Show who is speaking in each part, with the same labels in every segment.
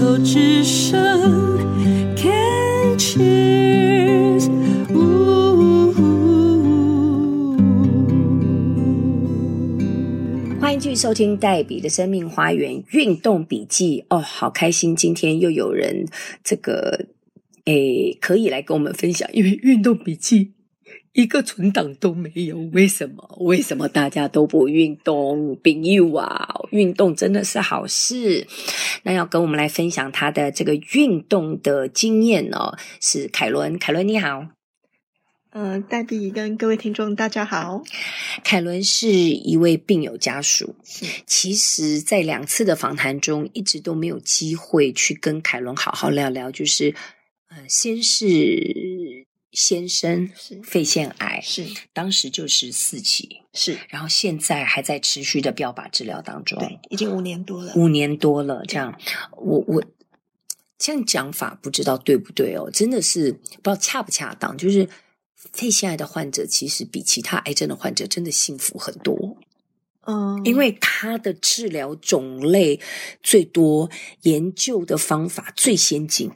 Speaker 1: 后只剩 can cheers。
Speaker 2: 欢迎继续收听黛比的生命花园运动笔记。哦，好开心，今天又有人这个诶可以来跟我们分享，因为运动笔记一个存档都没有，为什么？为什么大家都不运动？朋友啊，运动真的是好事。那要跟我们来分享他的这个运动的经验哦，是凯伦。凯伦你好。
Speaker 3: 呃，黛比跟各位听众大家好，
Speaker 2: 凯伦是一位病友家属
Speaker 3: 是，
Speaker 2: 其实，在两次的访谈中，一直都没有机会去跟凯伦好好聊聊，就是，呃，先是先生
Speaker 3: 是
Speaker 2: 肺腺癌，
Speaker 3: 是
Speaker 2: 当时就是四期，
Speaker 3: 是，
Speaker 2: 然后现在还在持续的标靶治疗当中，
Speaker 3: 对，已经五年多了，
Speaker 2: 五年多了，这样，我我这样讲法不知道对不对哦，真的是不知道恰不恰当，就是肺腺癌的患者其实比其他癌症的患者真的幸福很多，
Speaker 3: 嗯，
Speaker 2: 因为他的治疗种类最多，研究的方法最先进，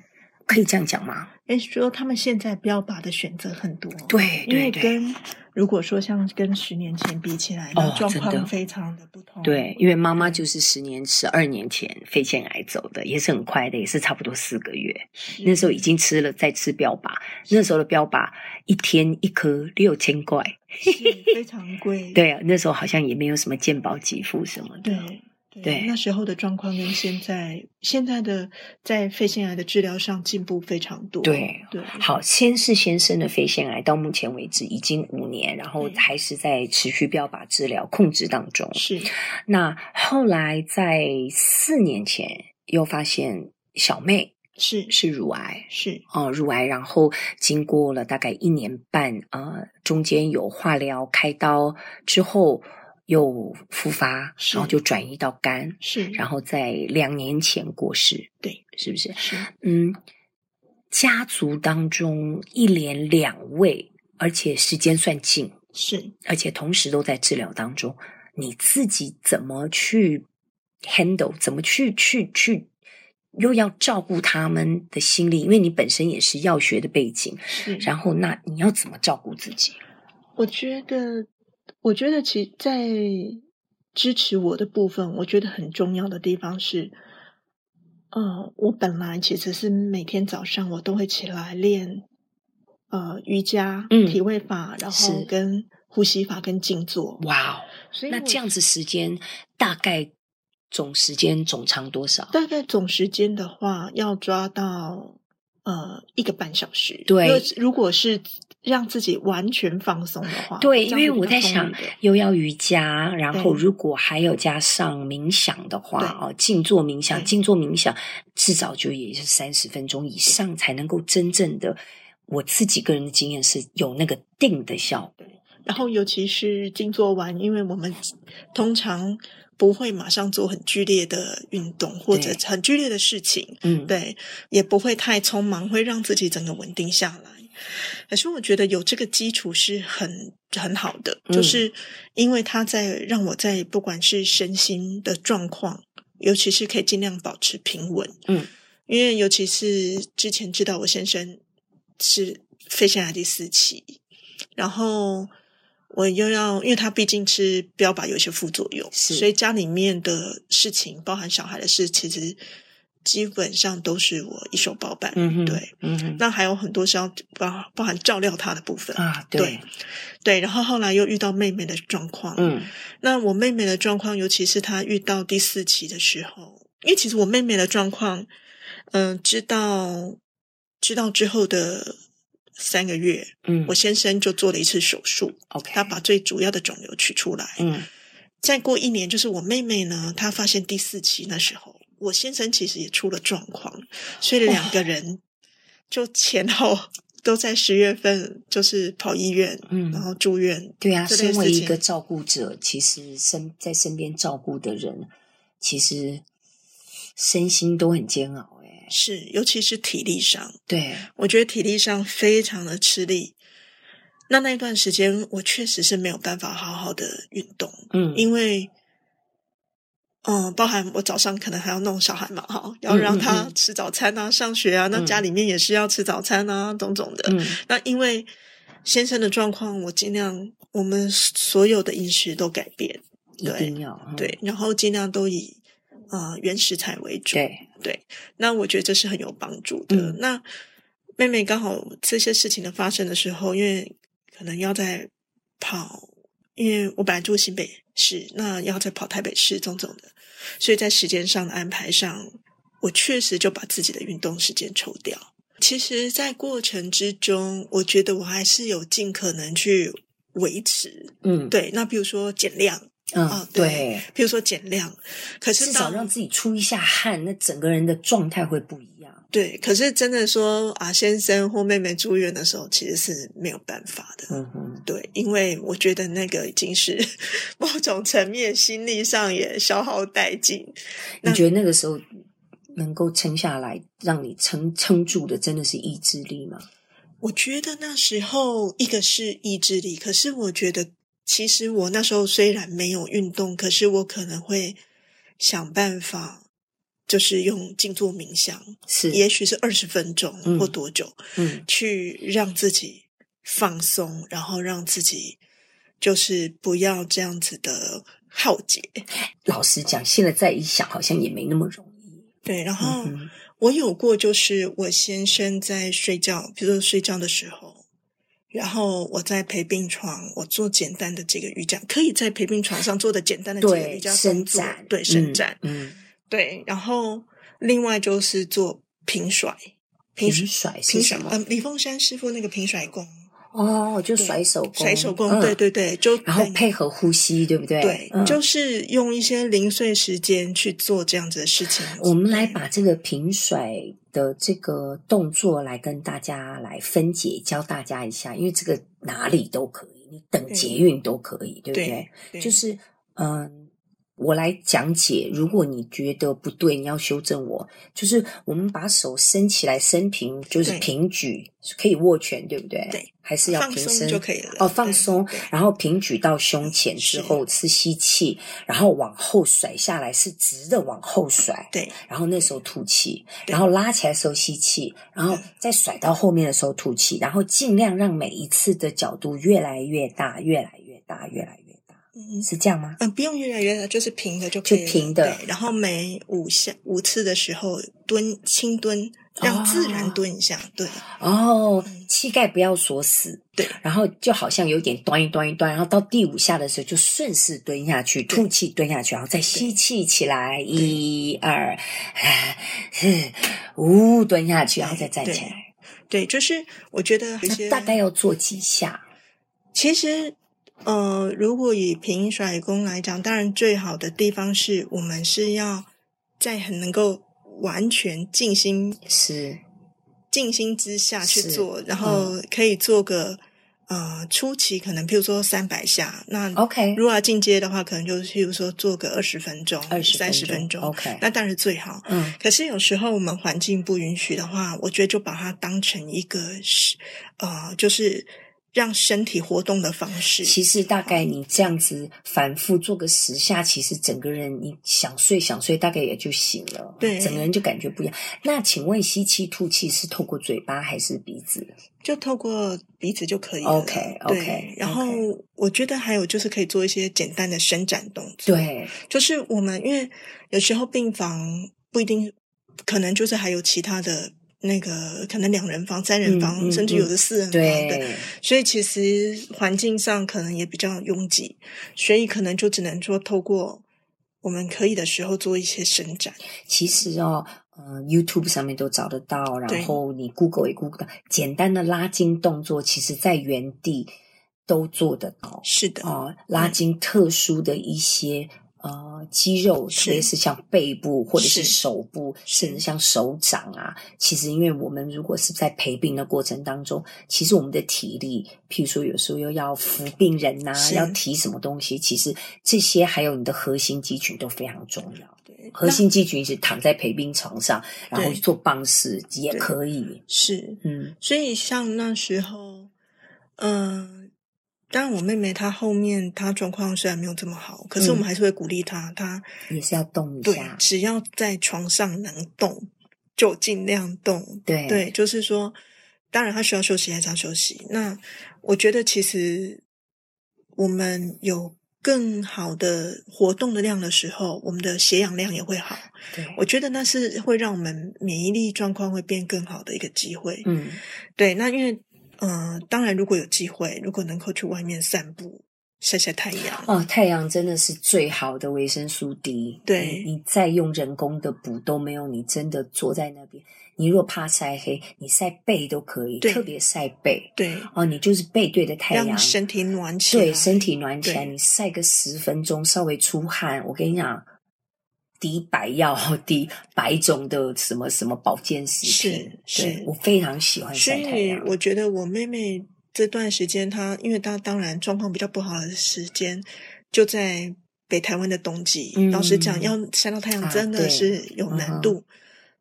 Speaker 2: 可以这样讲吗？
Speaker 3: 诶说他们现在标靶的选择很多，，
Speaker 2: 对
Speaker 3: 因为
Speaker 2: 对对。
Speaker 3: 跟如果说像跟十年前比起来，那
Speaker 2: 哦
Speaker 3: 状
Speaker 2: 真
Speaker 3: 况
Speaker 2: 的
Speaker 3: 非常的不同，
Speaker 2: 对，因为妈妈就是十年、十二年前肺腺癌走的，也是很快的，也是差不多四个月。
Speaker 3: 是，
Speaker 2: 那时候已经吃了，再吃标靶。那时候的标靶一天一颗六千块，
Speaker 3: 是非常 贵，
Speaker 2: 对啊，那时候好像也没有什么健保给付什么的。
Speaker 3: 对。
Speaker 2: 对
Speaker 3: 那时候的状况跟现在现在的在肺腺癌的治疗上进步非常多。
Speaker 2: 对
Speaker 3: 对，
Speaker 2: 好，先是先生的肺腺癌，到目前为止已经五年，然后
Speaker 3: 对
Speaker 2: 还是在持续标靶治疗控制当中。
Speaker 3: 是
Speaker 2: 那后来在四年前又发现小妹
Speaker 3: 是
Speaker 2: 是乳癌，
Speaker 3: 是
Speaker 2: 哦，乳癌，然后经过了大概一年半，呃，中间有化疗、开刀之后又复发，
Speaker 3: 是
Speaker 2: 然后就转移到肝，
Speaker 3: 是，
Speaker 2: 然后在两年前过世，
Speaker 3: 对，
Speaker 2: 是不是？
Speaker 3: 是
Speaker 2: 嗯，家族当中一连两位，而且时间算近，
Speaker 3: 是
Speaker 2: 而且同时都在治疗当中，你自己怎么去 handle，怎么去去去，又要照顾他们的心理，因为你本身也是药学的背景，
Speaker 3: 是，
Speaker 2: 然后那你要怎么照顾自己？
Speaker 3: 我觉得，我觉得其在支持我的部分，我觉得很重要的地方是，呃，我本来其实是每天早上我都会起来练，呃，瑜伽、
Speaker 2: 嗯
Speaker 3: 体位法，然
Speaker 2: 是
Speaker 3: 后跟呼吸法跟静坐。
Speaker 2: 哇哦，
Speaker 3: 所以
Speaker 2: 那
Speaker 3: 哎我
Speaker 2: 这样子时间大概总时间总长多少？
Speaker 3: 大概总时间的话，要抓到呃一个半小时。
Speaker 2: 对
Speaker 3: 因为如果是让自己完全放松的话，
Speaker 2: 对，
Speaker 3: 这
Speaker 2: 因
Speaker 3: 样
Speaker 2: 为
Speaker 3: 是比
Speaker 2: 我
Speaker 3: 较
Speaker 2: 在
Speaker 3: 充
Speaker 2: 想
Speaker 3: 裕的，
Speaker 2: 又要瑜伽，然后
Speaker 3: 对
Speaker 2: 如果还有加上冥想的话，
Speaker 3: 对
Speaker 2: 哦，静坐冥想，
Speaker 3: 对
Speaker 2: 静坐冥想至少就也是三十分钟以上，才能够真正的。我自己个人的经验是有那个定的效果，
Speaker 3: 然后尤其是静坐完，因为我们通常不会马上做很剧烈的运动或者很剧烈的事情，
Speaker 2: 嗯，
Speaker 3: 对，也不会太匆忙，会让自己整个稳定下来。可是我觉得有这个基础是很很好的，
Speaker 2: 嗯
Speaker 3: 就是因为它在让我在不管是身心的状况，尤其是可以尽量保持平稳。
Speaker 2: 嗯，
Speaker 3: 因为尤其是之前知道我先生是肺腺癌第四期，然后我又要，因为他毕竟吃标靶有一些副作用，
Speaker 2: 是
Speaker 3: 所以家里面的事情，包含小孩的事，其实基本上都是我一手包办。
Speaker 2: 嗯哼，
Speaker 3: 对，
Speaker 2: 嗯哼，
Speaker 3: 那还有很多是要包包含照料他的部分。
Speaker 2: 啊，对
Speaker 3: 对，对，然后后来又遇到妹妹的状况，
Speaker 2: 嗯，
Speaker 3: 那我妹妹的状况，尤其是她遇到第四期的时候，因为其实我妹妹的状况，嗯、知道知道之后的三个月，
Speaker 2: 嗯，
Speaker 3: 我先生就做了一次手术，
Speaker 2: OK，
Speaker 3: 他把最主要的肿瘤取出来。
Speaker 2: 嗯
Speaker 3: 再过一年，就是我妹妹呢，她发现第四期那时候，我先生其实也出了状况，所以两个人就前后都在十月份就是跑医院，
Speaker 2: 嗯
Speaker 3: 然后住院，
Speaker 2: 对啊，
Speaker 3: 这类
Speaker 2: 身为
Speaker 3: 事
Speaker 2: 一
Speaker 3: 情
Speaker 2: 个照顾者，其实身在身边照顾的人，其实身心都很煎熬、欸，哎，
Speaker 3: 是尤其是体力上，
Speaker 2: 对，
Speaker 3: 我觉得体力上非常的吃力。那那一段时间，我确实是没有办法好好的运动，
Speaker 2: 嗯，
Speaker 3: 因为嗯，包含我早上可能还要弄小孩嘛，哈，要让他吃早餐啊，上学啊，那
Speaker 2: 嗯
Speaker 3: 家里面也是要吃早餐啊，种种的。
Speaker 2: 嗯
Speaker 3: 那因为先生的状况，我尽量我们所有的饮食都改变，
Speaker 2: 一
Speaker 3: 对
Speaker 2: 定要嗯
Speaker 3: 对，然后尽量都以呃原食材为主。
Speaker 2: 对，
Speaker 3: 那我觉得这是很有帮助的。
Speaker 2: 嗯
Speaker 3: 那妹妹刚好这些事情的发生的时候，因为可能要在跑，因为我本来住新北市，那要再跑台北市种种的，所以在时间上的安排上，我确实就把自己的运动时间抽掉。其实，在过程之中，我觉得我还是有尽可能去维持。
Speaker 2: 嗯
Speaker 3: 对，那比如说减量，
Speaker 2: 嗯
Speaker 3: 啊
Speaker 2: 对
Speaker 3: 对，比如说减量，可是
Speaker 2: 至
Speaker 3: 到
Speaker 2: 少让自己出一下汗，那整个人的状态会不一样。嗯
Speaker 3: 对，可是真的说啊，先生或妹妹住院的时候，其实是没有办法的。
Speaker 2: 嗯哼，
Speaker 3: 对，因为我觉得那个已经是 某种层面心力上也消耗殆尽。
Speaker 2: 你觉得那个时候能够撑下来，让你撑撑住的，真的是意志力吗？
Speaker 3: 我觉得那时候一个是意志力，可是我觉得其实我那时候虽然没有运动，可是我可能会想办法，就是用静坐冥想，
Speaker 2: 是，
Speaker 3: 也许是二十分钟
Speaker 2: 嗯
Speaker 3: 或多久，
Speaker 2: 嗯
Speaker 3: 去让自己放松，然后让自己就是不要这样子的耗竭。
Speaker 2: 老实讲，现在再一想，好像也没那么容易。
Speaker 3: 对，然后
Speaker 2: 嗯哼
Speaker 3: 我有过，就是我先生在睡觉，比如说睡觉的时候，然后我在陪病床，我做简单的几个瑜伽，可以在陪病床上做的简单的几个瑜
Speaker 2: 对，
Speaker 3: 伽
Speaker 2: 伸
Speaker 3: 动作
Speaker 2: 展，
Speaker 3: 对，伸展，
Speaker 2: 嗯，
Speaker 3: 对，然后另外就是做平甩，
Speaker 2: 平
Speaker 3: 平甩，
Speaker 2: 甩是
Speaker 3: 平甩
Speaker 2: 什，么
Speaker 3: 呃，？李凤山师傅那个平甩功。
Speaker 2: 哦，就甩手功，
Speaker 3: 甩手功，
Speaker 2: 嗯
Speaker 3: 对对对，就
Speaker 2: 然后
Speaker 3: 等于
Speaker 2: 配合呼吸，对不对？
Speaker 3: 对，
Speaker 2: 嗯
Speaker 3: 就是用一些零碎时间去做这样子的事情。
Speaker 2: 我们来把这个平甩的这个动作来跟大家来分解，教大家一下，因为这个哪里都可以，你等
Speaker 3: 对
Speaker 2: 捷运都可以，对不
Speaker 3: 对对
Speaker 2: 就是嗯、我来讲解，如果你觉得不对，你要修正我。就是我们把手伸起来，伸平，就是
Speaker 3: 对
Speaker 2: 平举，可以握拳，对不对？
Speaker 3: 对，
Speaker 2: 还是要
Speaker 3: 放
Speaker 2: 平
Speaker 3: 松
Speaker 2: 伸
Speaker 3: 就可以了
Speaker 2: 哦，放
Speaker 3: 对
Speaker 2: 松
Speaker 3: 对，
Speaker 2: 然后平举到胸前之
Speaker 3: 是
Speaker 2: 后是吸气，然后往后甩下来是直的往后甩。
Speaker 3: 对
Speaker 2: 然后那时候吐气，
Speaker 3: 对嗯
Speaker 2: 然后拉起来的时候吸气，然后再甩到后面的时候吐气，然后尽量让每一次的角度越来越大，越来越大，越来越大，
Speaker 3: 嗯
Speaker 2: 是这样吗？
Speaker 3: 嗯，不用越来越大，就是平的就可以了。
Speaker 2: 就平的
Speaker 3: 对然后每五下五次的时候蹲轻蹲，让自然蹲一下。
Speaker 2: 啊
Speaker 3: 对
Speaker 2: 哦，膝盖不要锁死，
Speaker 3: 嗯对，
Speaker 2: 然后就好像有点端一端一端，然后到第五下的时候就顺势蹲下去，吐气蹲下去，然后再吸气起来，一二，四，五，蹲下去，然后再站起来。
Speaker 3: 对，就是我觉得有一些
Speaker 2: 那大概要做几下？
Speaker 3: 其实，呃，如果以平甩功来讲，当然最好的地方是我们是要在很能够完全静心
Speaker 2: 是
Speaker 3: 静心之下去
Speaker 2: 是嗯
Speaker 3: 做，然后可以做个、呃初期可能譬如说三百下，那
Speaker 2: OK，
Speaker 3: 如果要进阶的话，可能就是譬如说做个二十分钟、
Speaker 2: 二十
Speaker 3: 三十分钟，
Speaker 2: OK，
Speaker 3: 那当然是最好。
Speaker 2: 嗯
Speaker 3: 可是有时候我们环境不允许的话，我觉得就把它当成一个是呃，就是让身体活动的方式。
Speaker 2: 其实大概你这样子反复做个十下，其实整个人你想睡想睡，大概也就醒了。
Speaker 3: 对
Speaker 2: 整个人就感觉不一样。那请问吸气吐气是透过嘴巴还是鼻子？
Speaker 3: 就透过鼻子就可以了。
Speaker 2: OK，OK，
Speaker 3: 对
Speaker 2: OK
Speaker 3: 然后我觉得还有就是可以做一些简单的伸展动作。，
Speaker 2: 对，
Speaker 3: 就是我们因为有时候病房不一定，可能就是还有其他的那个，可能两人房、三人房，
Speaker 2: 嗯嗯
Speaker 3: 甚至有的四人房的，
Speaker 2: 对，
Speaker 3: 所以其实环境上可能也比较拥挤，所以可能就只能说透过我们可以的时候做一些伸展。
Speaker 2: 其实哦。呃，YouTube 上面都找得到，然
Speaker 3: 对
Speaker 2: 后你 Google 也 Google 到，简单的拉筋动作，其实在原地都做得到。
Speaker 3: 是的，嗯
Speaker 2: 哦，拉筋特殊的一些呃肌肉，
Speaker 3: 是
Speaker 2: 特别是像背部或者是
Speaker 3: 是
Speaker 2: 手部，
Speaker 3: 是
Speaker 2: 甚至像手掌啊。其实，因为我们如果是在陪病的过程当中，其实我们的体力，譬如说有时候又要扶病人呐、
Speaker 3: 是
Speaker 2: 要提什么东西，其实这些还有你的核心肌群都非常重要。
Speaker 3: 对
Speaker 2: 核
Speaker 3: 那
Speaker 2: 心肌群是躺在陪病床上，然后
Speaker 3: 对
Speaker 2: 做棒式也
Speaker 3: 对
Speaker 2: 可以。
Speaker 3: 是
Speaker 2: 嗯，
Speaker 3: 所以像那时候，嗯、当然，我妹妹她后面她状况虽然没有这么好，可是我们
Speaker 2: 嗯
Speaker 3: 还是会鼓励她。她
Speaker 2: 也是要动一
Speaker 3: 对
Speaker 2: 下，，
Speaker 3: 只要在床上能动，就尽量动。
Speaker 2: 对
Speaker 3: 对，就是说，当然她需要休息还是要休息。那我觉得其实我们有更好的活动的量的时候，我们的血氧量也会好。
Speaker 2: 对，
Speaker 3: 我觉得那是会让我们免疫力状况会变更好的一个机会。
Speaker 2: 嗯，
Speaker 3: 对，那因为呃，当然如果有机会，如果能够去外面散步、晒晒太阳，
Speaker 2: 哦，太阳真的是最好的维生素 D。
Speaker 3: 对
Speaker 2: 你，你再用人工的补都没有，你真的坐在那边，你若怕晒黑，你晒背都可以，
Speaker 3: 对
Speaker 2: 特别晒背
Speaker 3: 对，
Speaker 2: 哦，你就是背对着太阳
Speaker 3: 让，身体暖起来，
Speaker 2: 对，身体暖起来，
Speaker 3: 对
Speaker 2: 你晒个十分钟，稍微出汗，我跟你讲。抵百药、抵百种的什么什么保健食品，
Speaker 3: 是
Speaker 2: 对
Speaker 3: 是
Speaker 2: 我非常喜欢
Speaker 3: 所
Speaker 2: 晒太
Speaker 3: 以
Speaker 2: 阳。
Speaker 3: 我觉得我妹妹这段时间她，因为她当然状况比较不好的时间，就在北台湾的冬季。
Speaker 2: 嗯
Speaker 3: 老实讲，要晒到太阳
Speaker 2: 啊
Speaker 3: 真的
Speaker 2: 对
Speaker 3: 是有
Speaker 2: 嗯
Speaker 3: 难
Speaker 2: 哼
Speaker 3: 度。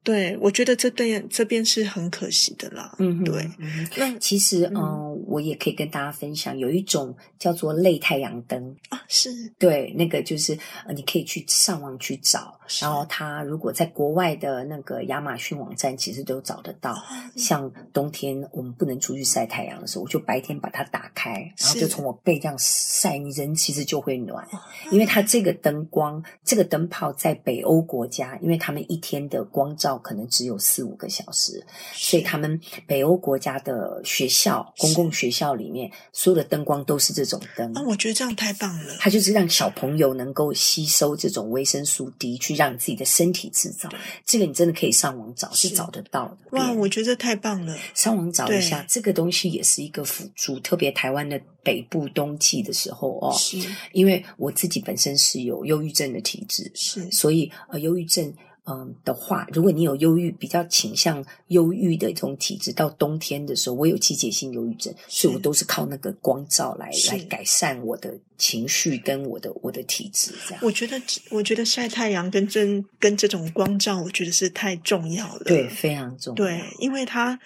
Speaker 3: 对，我觉得这对这边是很可惜的啦。
Speaker 2: 嗯哼，
Speaker 3: 对，
Speaker 2: 嗯哼
Speaker 3: 那
Speaker 2: 其实，
Speaker 3: 嗯
Speaker 2: 嗯、我也可以跟大家分享，有一种叫做类太阳灯，
Speaker 3: 啊，是
Speaker 2: 对，那个就是呃，你可以去上网去找，
Speaker 3: 是
Speaker 2: 然后它如果在国外的那个亚马逊网站，其实都找得到。
Speaker 3: 啊
Speaker 2: 像冬天我们不能出去晒太阳的时候，我就白天把它打开，然后
Speaker 3: 是
Speaker 2: 就从我背这样晒，你人其实就会暖。因为它这个灯光，这个灯泡在北欧国家，因为他们一天的光照可能只有四五个小时，所以他们北欧国家的学校、
Speaker 3: 是
Speaker 2: 公共学校里面，所有的灯光都是这种灯。
Speaker 3: 啊，我觉得这样太棒了。
Speaker 2: 它就是让小朋友能够吸收这种维生素 D，去让自己的身体制造。这个你真的可以上网找，是
Speaker 3: 是
Speaker 2: 找得到的。
Speaker 3: 哇，
Speaker 2: 对
Speaker 3: 我觉得这太棒了。
Speaker 2: 上网找一下
Speaker 3: 对，
Speaker 2: 这个东西也是一个辅助，特别台湾的北部冬季的时候哦，
Speaker 3: 是
Speaker 2: 因为我自己本身是有忧郁症的体质，
Speaker 3: 是
Speaker 2: 所以呃，忧郁症嗯的话，如果你有忧郁，比较倾向忧郁的这种体质，到冬天的时候，我有季节性忧郁症，所以我都是靠那个光照来
Speaker 3: 是
Speaker 2: 来改善我的情绪跟我的我的体质这样。
Speaker 3: 我觉得，我觉得晒太阳跟这跟这种光照，我觉得是太重要了。
Speaker 2: 对，非常重要。
Speaker 3: 对，因为它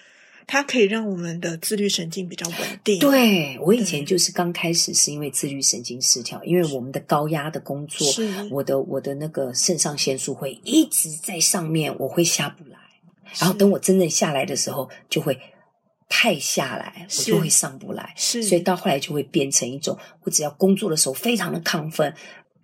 Speaker 3: 它可以让我们的自律神经比较稳定。
Speaker 2: 对我以
Speaker 3: 对
Speaker 2: 前就是刚开始是因为自律神经失调，因为我们的高压的工作，
Speaker 3: 是
Speaker 2: 我的我的那个肾上腺素会一直在上面，我会下不来。然后
Speaker 3: 是
Speaker 2: 等我真正下来的时候，就会太下来，我
Speaker 3: 是
Speaker 2: 就会上不来。
Speaker 3: 是，
Speaker 2: 所以到后来就会变成一种，我只要工作的时候非常的亢奋，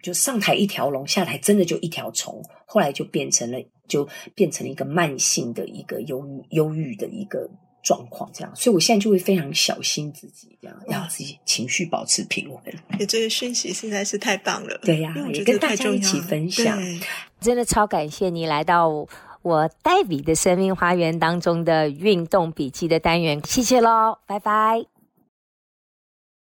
Speaker 2: 就上台一条龙，下台真的就一条虫。后来就变成了，就变成了一个慢性的一个忧郁、忧郁的一个状况，这样。所以我现在就会非常小心自己，这样让自己情绪保持平稳。
Speaker 3: 你这个讯息实在是太棒了。
Speaker 2: 对呀
Speaker 3: 因为我
Speaker 2: 也
Speaker 3: 觉
Speaker 2: 跟
Speaker 3: 得
Speaker 2: 大
Speaker 3: 太
Speaker 2: 家
Speaker 3: 重
Speaker 2: 一起
Speaker 3: 要了
Speaker 2: 分享
Speaker 3: 对
Speaker 4: 真的超感谢你来到我黛比的生命花园当中的运动笔记的单元，谢谢喽，拜拜。